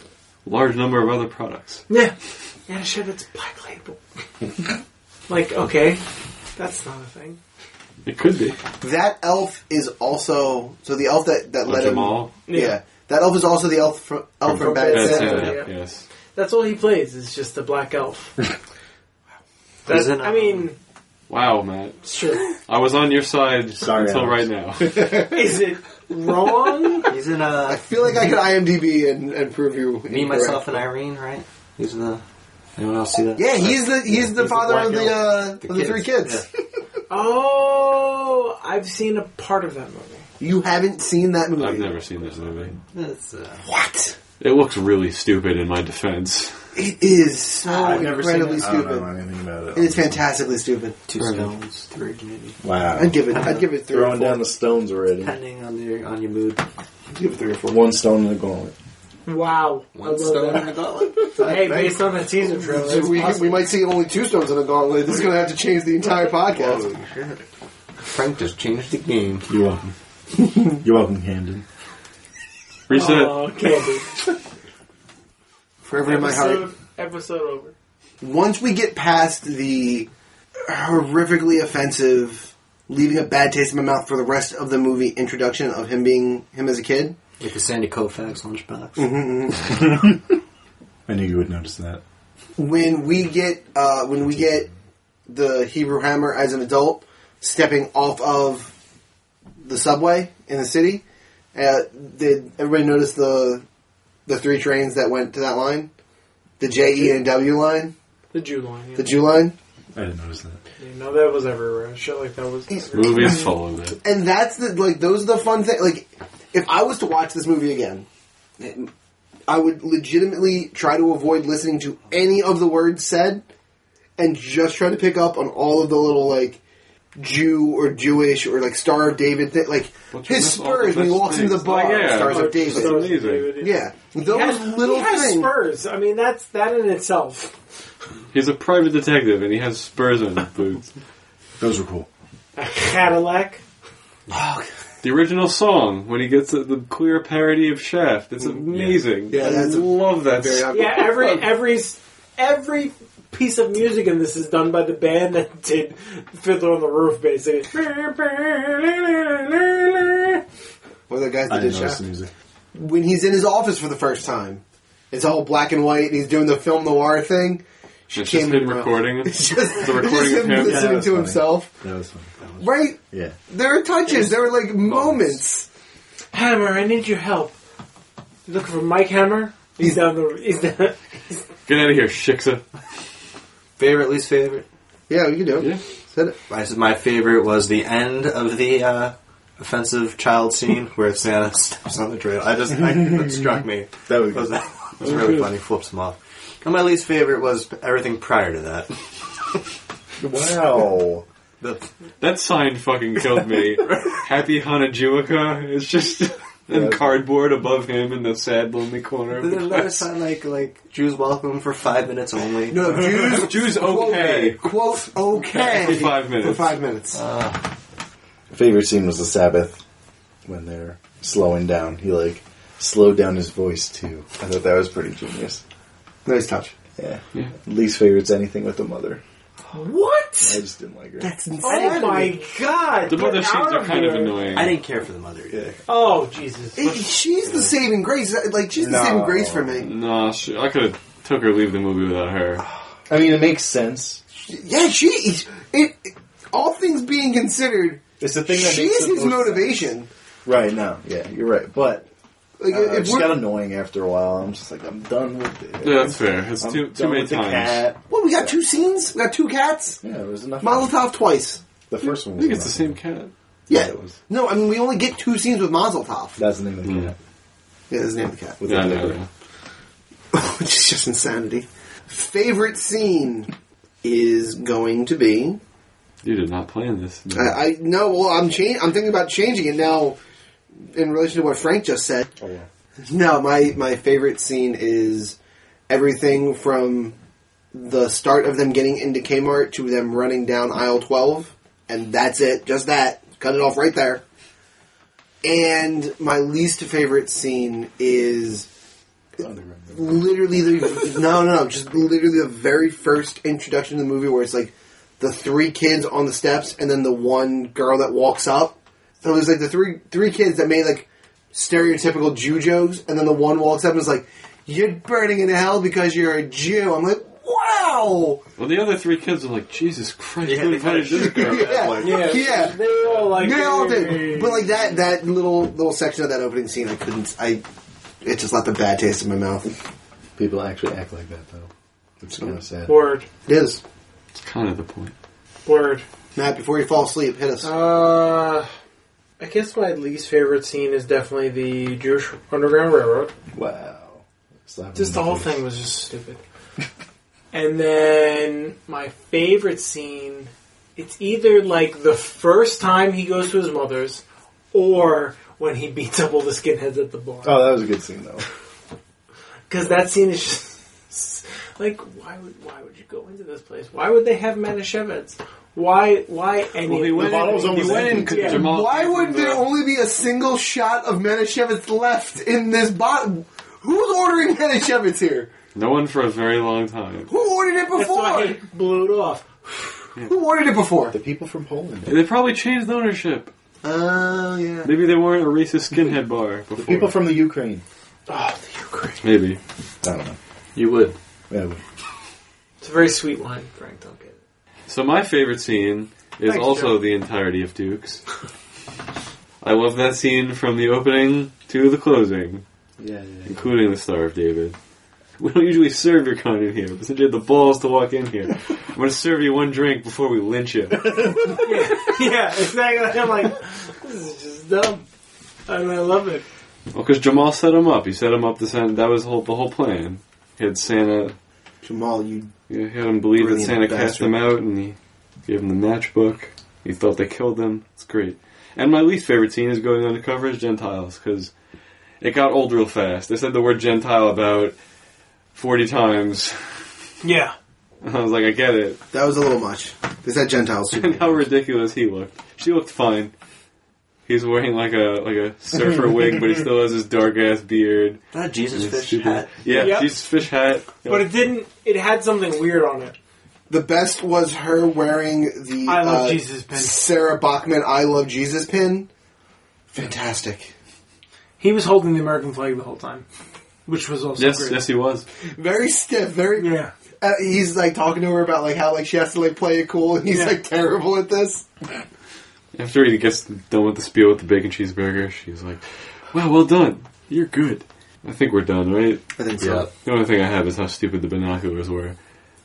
large number of other products. Yeah. Manischewitz black label. like, okay, that's not a thing. It could be. That elf is also so the elf that that Or led him. Jamal. Yeah. Yeah. That elf is also the elf from, elf from Bad Bad Santa. Santa. yeah. Yes. That's all he plays is just the black elf. That- He's in, I mean, Wow, Matt. sure. I was on your side Sorry, until Alex. right now. Is it wrong? He's in uh, I feel like I could IMDb and, and prove you. Me, incorrect. Myself, and Irene, right? He's the. Anyone else see that? Yeah, he's the he's the He's the father black of the elf. uh, of the three kids. Yeah. Oh, I've seen a part of that movie. You haven't seen that movie. I've never seen this movie. That's, uh, What? It looks really stupid in my defense. It is so I've never seen incredibly it. I stupid. don't know anything about it. It is fantastically stupid. two Right. stones, three maybe. Wow. I'd give it. I'd give it three. or Throwing four. down the stones already. Depending on your on your mood. give it three or four. One stone in the gauntlet. Wow. I One love stone in that. the gauntlet. Hey, based on the teaser trailer, So it's we, possible. we might see only two stones in a gauntlet. This is going to have to change the entire podcast. Frank just changed the game. You're welcome. You're welcome, Camden. Reset. Aw, Candy. Forever in my heart. Episode, episode over. Once we get past the horrifically offensive, leaving a bad taste in my mouth for the rest of the movie introduction of him being him as a kid, With the Sandy Koufax lunchbox. I knew you would notice that. when we get uh, when we get the Hebrew Hammer as an adult stepping off of the subway in the city, uh, did everybody notice the the three trains that went to that line, the J E and W line, The Jew line. Yeah. the Jew line, I didn't notice that. You know that was everywhere. Shit like that was. Movies follow that. and that's the like those are the fun thing. Like if I was to watch this movie again. it- I would legitimately try to avoid listening to any of the words said and just try to pick up on all of the little like Jew or Jewish or like Star of David thing. Like But you his miss all the spurs when he best walks into the things. bar, Like, yeah. Stars Oh, of David. so- Stars of Amazing. David, yeah, those He has- little he has things. Spurs. I mean, that's that in itself. He's a private detective and he has spurs on his boots. Those were cool. A Cadillac. The original song when he gets the, the clear parody of Shaft. It's amazing. Yeah, that's I a- love that. Very song. obvious. Yeah, every every every piece of music in this is done by the band that did Fiddler on the Roof, basically. Or the guys I that didn't did notice Shaft. the music. When he's in his office for the first time, it's all black and white, and he's doing the film noir thing. She It's came just in him real- recording. It's just, The recording it's just of him. him listening Yeah, that's to funny. himself. That was fun. Right? Yeah. There are touches. There are like moments. Hammer, I need your help. Looking for Mike Hammer. He's down the. He's down. Get out of here, Shiksa. Favorite, least favorite. Yeah, you do. Yeah. Said it. My, my favorite was the end of the uh, offensive child scene where Santa steps on the trail. I just I, that struck me. That was was good. that was really funny. Flips him off. And my least favorite was everything prior to that. Wow. The That sign fucking killed me. Happy Hanajuica. It's just and cardboard above him in the sad, lonely corner. Of There's the another class. sign like like Jews welcome for five minutes only. No, Jews. Jews quote- okay. Quote okay For five minutes. For five minutes. Uh, Favorite scene was the Sabbath when they're slowing down. He like slowed down his voice too. I thought that was pretty genius. nice touch. Yeah. Yeah. Least favorite's anything with the mother. What? I just didn't like her. That's insane. Oh my god! The Get mother out scenes are kind of here. annoying. I didn't care for the mother. either. Oh Jesus! It- she's the saving grace. Like she's the No. saving grace for me. Nah, sh- I could have took or leave the movie without her. I mean, it makes sense. Yeah, she. It. it- all things being considered, It's the thing that she makes is the his most motivation. sense. Right now, yeah, you're right. But Like uh, it if just we're, got annoying after a while. I'm just like, I'm done with it. Yeah, that's fair. It's I'm too, too done many with the times. cat. what we got two scenes. We got two cats. Yeah, it was enough. Molotov twice. The first one. I Was think it's the same enough. cat. Yeah. it was. No, I mean we only get two scenes with Mazeltov. That's the name of the Mm. cat. Yeah, that's the name of the cat. With Yeah, I the know. liver. which is just insanity. Favorite scene is going to be. You did not plan this. I, I no. Well, I'm chang- I'm thinking about changing it now. In relation to what Frank just said, Oh yeah. no, my my favorite scene is everything from the start of them getting into Kmart to them running down aisle twelve, and that's it. Just that. Cut it off right there. And my least favorite scene is literally the no no no just literally the very first introduction to the movie where it's like the three kids on the steps and then the one girl that walks up so there's like the three three kids that made like stereotypical Jew jokes, and then the one walks up and is like, "You're burning in hell because you're a Jew." I'm like, "Wow!" Well, the other three kids are like, Jesus Christ, Yeah, who they invited kinda this girl? Yeah, yeah. They all like. They all did, but like that that little little section of that opening scene, I couldn't. I it just left a bad taste in my mouth. People actually act like that though. It's kind of sad. Word, It is It's kind of the point. word. Matt. Before you fall asleep, hit us. Uh, I guess my least favorite scene is definitely the Jewish Underground Railroad. Wow. Slap Just the him in whole face. thing was just stupid. and then my favorite scene, it's either like the first time he goes to his mother's, or when he beats up all the skinheads at the bar. Oh, that was a good scene though. Because that scene is just like, why would why would you go into this place? Why would they have Manischewitz? Why why any? Well, he went bottle was in, he almost went in empty. 'cause Yeah. Jamal. Why gave him would there the- only be a single shot of Manischewitz left in this bottom? Who's ordering Manischewitz here? No one for a very long time. Who ordered it That's why he before? blew it off. Who ordered it before? The people from Poland. They probably changed ownership. Oh, yeah. Maybe they weren't a racist skinhead bar before. People from the Ukraine. Oh, the Ukraine. Maybe. I don't know. You would. Yeah, we- It's a very sweet line, Frank. Don't get it. So my favorite scene is Thanks, also Joe. the entirety of Dukes. I love that scene from the opening to the closing, yeah, yeah. including the Star of David. We don't usually serve your kind in here, but since you had the balls to walk in here, I'm going to serve you one drink before we lynch you. yeah, exactly. I'm like, this is just dumb. I mean, I love it. Well, because Jamal set him up. He set him up to Santa. That was whole, the whole plan. He had Santa. Jamal, you. He had him believe that Brilliant Santa cast bastard. him out, and he gave him the matchbook. He thought they killed him. It's great. And my least favorite scene is going undercover as Gentiles because it got old real fast. They said the word Gentile about forty times. Yeah. And I was like, I get it. That was a little much. Is that Gentiles? And how ridiculous he looked. She looked fine. He's wearing like a like a surfer wig, but he still has his dark ass beard. That Jesus His fish stupid- hat. Yeah, Yep. Jesus fish hat. But it didn't, it had something weird on it. The best was her wearing the I love uh, Jesus pin. Sarah Bachman I love Jesus pin. Fantastic. He was holding the American flag the whole time, which was also yes, great. yes, he was. Very stiff. Very. Yeah. Uh, he's like talking to her about like how like she has to like play it cool, and he's Yeah. like terrible at this. After he gets done with the spiel with the bacon cheeseburger, she's like, "Wow, well done. You're good." I think we're done, right? I think Yeah. The only thing I have is how stupid the binoculars were.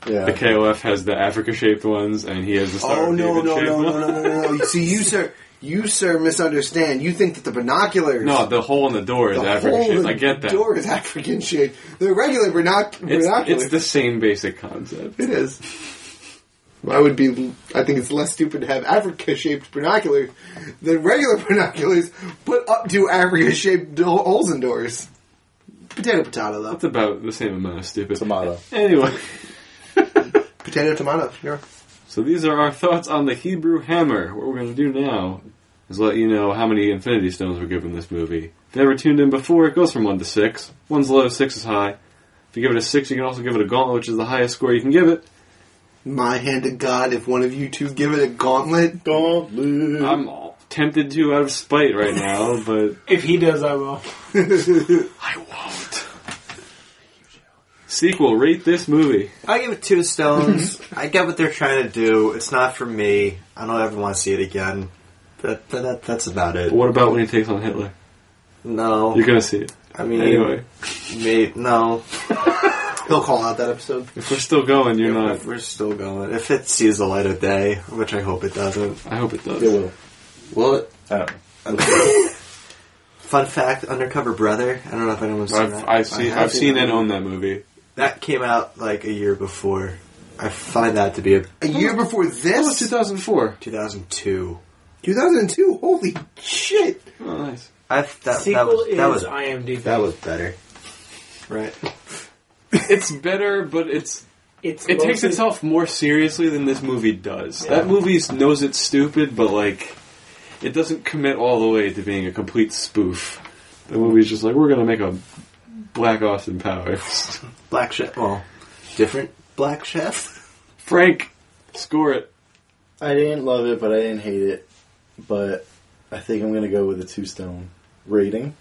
yeah. The KOF has the Africa-shaped ones, and he has the Star Oh of no David no shaped no no one. no no no! no. See you sir, you sir misunderstand. You think that the binoculars, No, the hole in the door is the African hole in shaped. I get the that. door is African shaped. The regular binoc- It's, binoculars, it's the same basic concept. it is. I would be. I think it's less stupid to have Africa shaped binoculars than regular binoculars, but up to Africa shaped holes in doors. Potato potato though. It's about the same amount of stupid. Tomato. Anyway, Potato tomato. Sure. so these are our thoughts on the Hebrew Hammer. What we're going to do now is let you know how many Infinity Stones were given this movie. If you ever tuned in before, it goes from one to six. One's low, six is high. If you give it a six, you can also give it a gauntlet, which is the highest score you can give it. My hand to God, if one of you two give it a gauntlet, Gauntlet. I'm all tempted to out of spite right now, but If he does, I will. I won't. Sequel, rate this movie. I give it two stones. I get what they're trying to do. It's not for me. I don't ever want to see it again. That, that, that- that's about it. But what about when he takes on Hitler? No, You're gonna see it. I mean, Anyway, may- no. he'll call out that episode. if we're still going, you're not. If we're still going. If it sees the light of day, which I hope it doesn't. I hope it does. It will. Will it? I don't know. Fun fact: Undercover Brother. I don't know if anyone's seen I've, that. I've seen, have I've seen seen and owned that movie. that came out like a year before. I find that to be a A year before That was this, 2004. 2002. 2002. Holy shit! Oh, nice. I that, that Sequel was is that was IMDb. that was better. Right. It's better, but it's it's it takes mostly- itself more seriously than this movie does. That movie knows it's stupid, but like, it doesn't commit all the way to being a complete spoof. The movie's just like, we're gonna make a Black Austin Powers. Black Chef. Well, different Black Chef. Frank, score it. I didn't love it, but I didn't hate it. But I think I'm going to go with a two stone rating.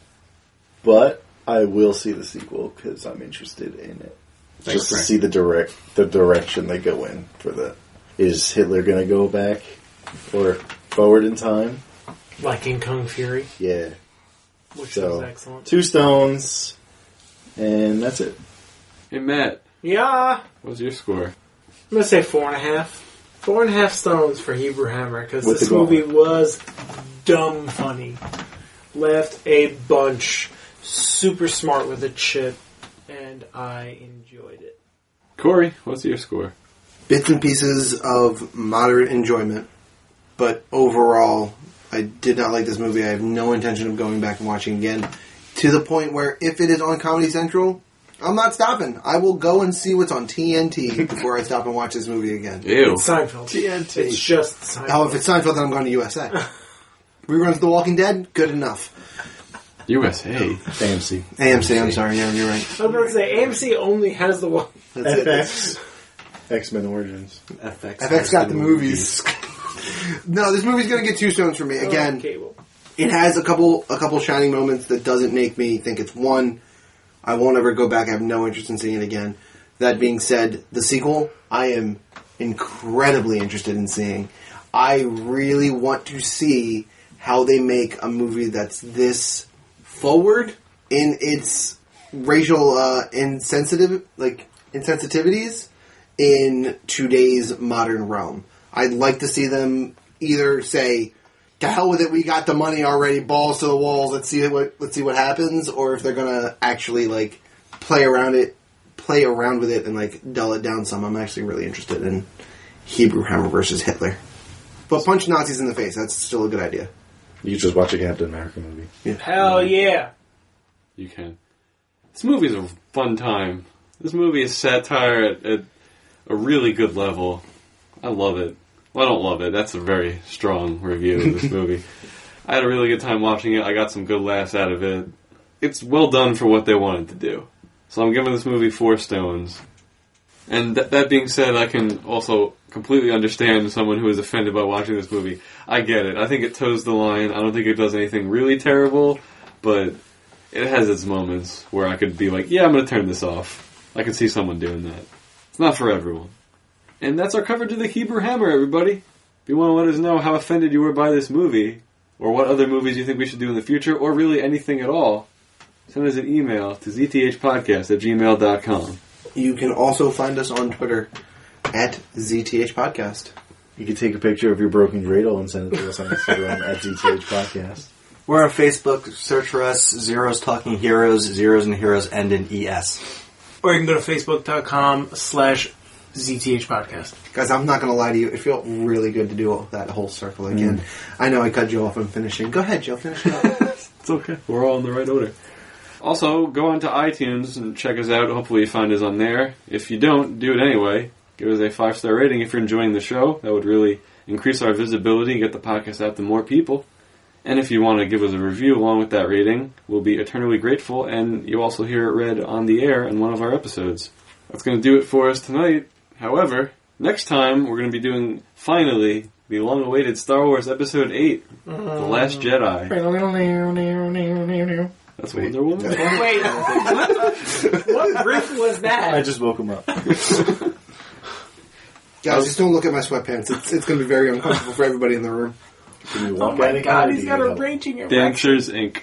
but I will see the sequel because I'm interested in it. Thanks, Just to Frank. see the direct the direction they go in for the is Hitler going to go back or forward in time? Like in Kung Fury, Yeah. which So was excellent. two stones, and that's it. Hey, Matt, Yeah, what's your score? I'm gonna say four and a half. Four and a half stones for Hebrew Hammer because With this the movie was dumb funny. Left a bunch. Super smart with its shit, and I enjoyed it. Corey, what's your score? Bits and pieces of moderate enjoyment, but overall, I did not like this movie. I have no intention of going back and watching again. To the point where, if it is on Comedy Central, I'm not stopping. I will go and see what's on TNT before I stop and watch this movie again. Ew. It's Seinfeld. TNT. It's just Seinfeld. Oh, if it's Seinfeld, then I'm going to USA. Reruns of The Walking Dead, good enough. USA. AMC. AMC, I'm sorry. Yeah, you're right. I was about to say AMC only has the one. That's it. FX. X Men Origins. FX. FX got the movies. no, this movie's gonna get two stones for me. Again, cable. it has a couple a couple shining moments that doesn't make me think it's one. I won't ever go back. I have no interest in seeing it again. That being said, the sequel I am incredibly interested in seeing. I really want to see how they make a movie that's this forward in its racial uh, insensitive like insensitivities in today's modern realm. I'd like to see them either say, "To hell with it, we got the money already, balls to the walls. Let's see what let's see what happens," or if they're gonna actually like play around it, play around with it, and like dull it down some. I'm actually really interested in Hebrew Hammer versus Hitler, but punch Nazis in the face. That's still a good idea. You could just watch a Captain America movie. Hell yeah. You can. This movie's a fun time. This movie is satire at, at a really good level. I love it. Well, I don't love it. That's a very strong review of this movie. I had a really good time watching it. I got some good laughs out of it. It's well done for what they wanted to do. So I'm giving this movie four stones. And th- that being said, I can also completely understand someone who is offended by watching this movie. I get it. I think it toes the line. I don't think it does anything really terrible, but it has its moments where I could be like, yeah, I'm going to turn this off. I can see someone doing that. It's not for everyone. And that's our coverage of the Hebrew Hammer, everybody. If you want to let us know how offended you were by this movie, or what other movies you think we should do in the future, or really anything at all, send us an email to zthpodcast at gmail.com. You can also find us on Twitter at ZTH Podcast. You could take a picture of your broken dreidel and send it to us on Instagram at DTH Podcast. We're on Facebook. Search for us. Zeros Talking Heroes. Zeros and Heroes end in E ES. Or you can go to facebook.com slash ZTH podcast. Guys, I'm not going to lie to you. It felt really good to do that whole circle again. I know I cut you off on finishing. Go ahead, Joe. Finish it up. It's okay. We're all in the right order. Also, go on to iTunes and check us out. Hopefully, you find us on there. If you don't, do it anyway. Give us a five star rating if you're enjoying the show. That would really increase our visibility and get the podcast out to more people. And if you want to give us a review along with that rating, we'll be eternally grateful. And you also hear it read on the air in one of our episodes. That's going to do it for us tonight. However, next time we're going to be doing finally the long awaited Star Wars Episode 8 The Last Jedi. That's Wonder Woman. Wait, what, the- what riff was I that? just woke him up. Guys, just don't look at my sweatpants. It's, it's going to be very uncomfortable for everybody in the room. Can you Oh walk out my of god, here? he's Do got you a help? raging erection. Dancers Inc.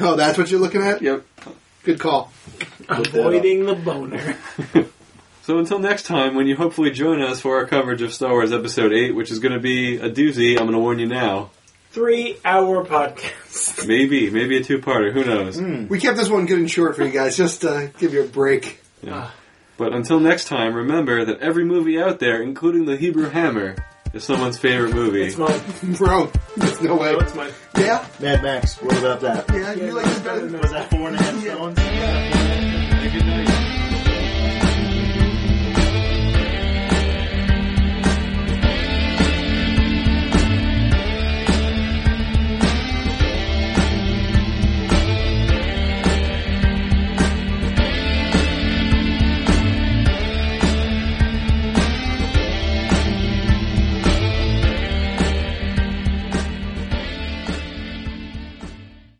Oh, that's what you're looking at? Yep. Good call. Avoiding the boner. So until next time, when you hopefully join us for our coverage of Star Wars Episode 8, which is going to be a doozy, I'm going to warn you now. Three hour podcast. Maybe, maybe a two-parter, who knows. We kept this one good and short for you guys, just to give you a break. Yeah. But until next time, remember that every movie out there, including The Hebrew Hammer, is someone's favorite movie. It's mine. Bro, there's no way. No, it's mine. Yeah? Mad Max, what about that? Yeah, you like this better than Was that four and a half stones? Good night.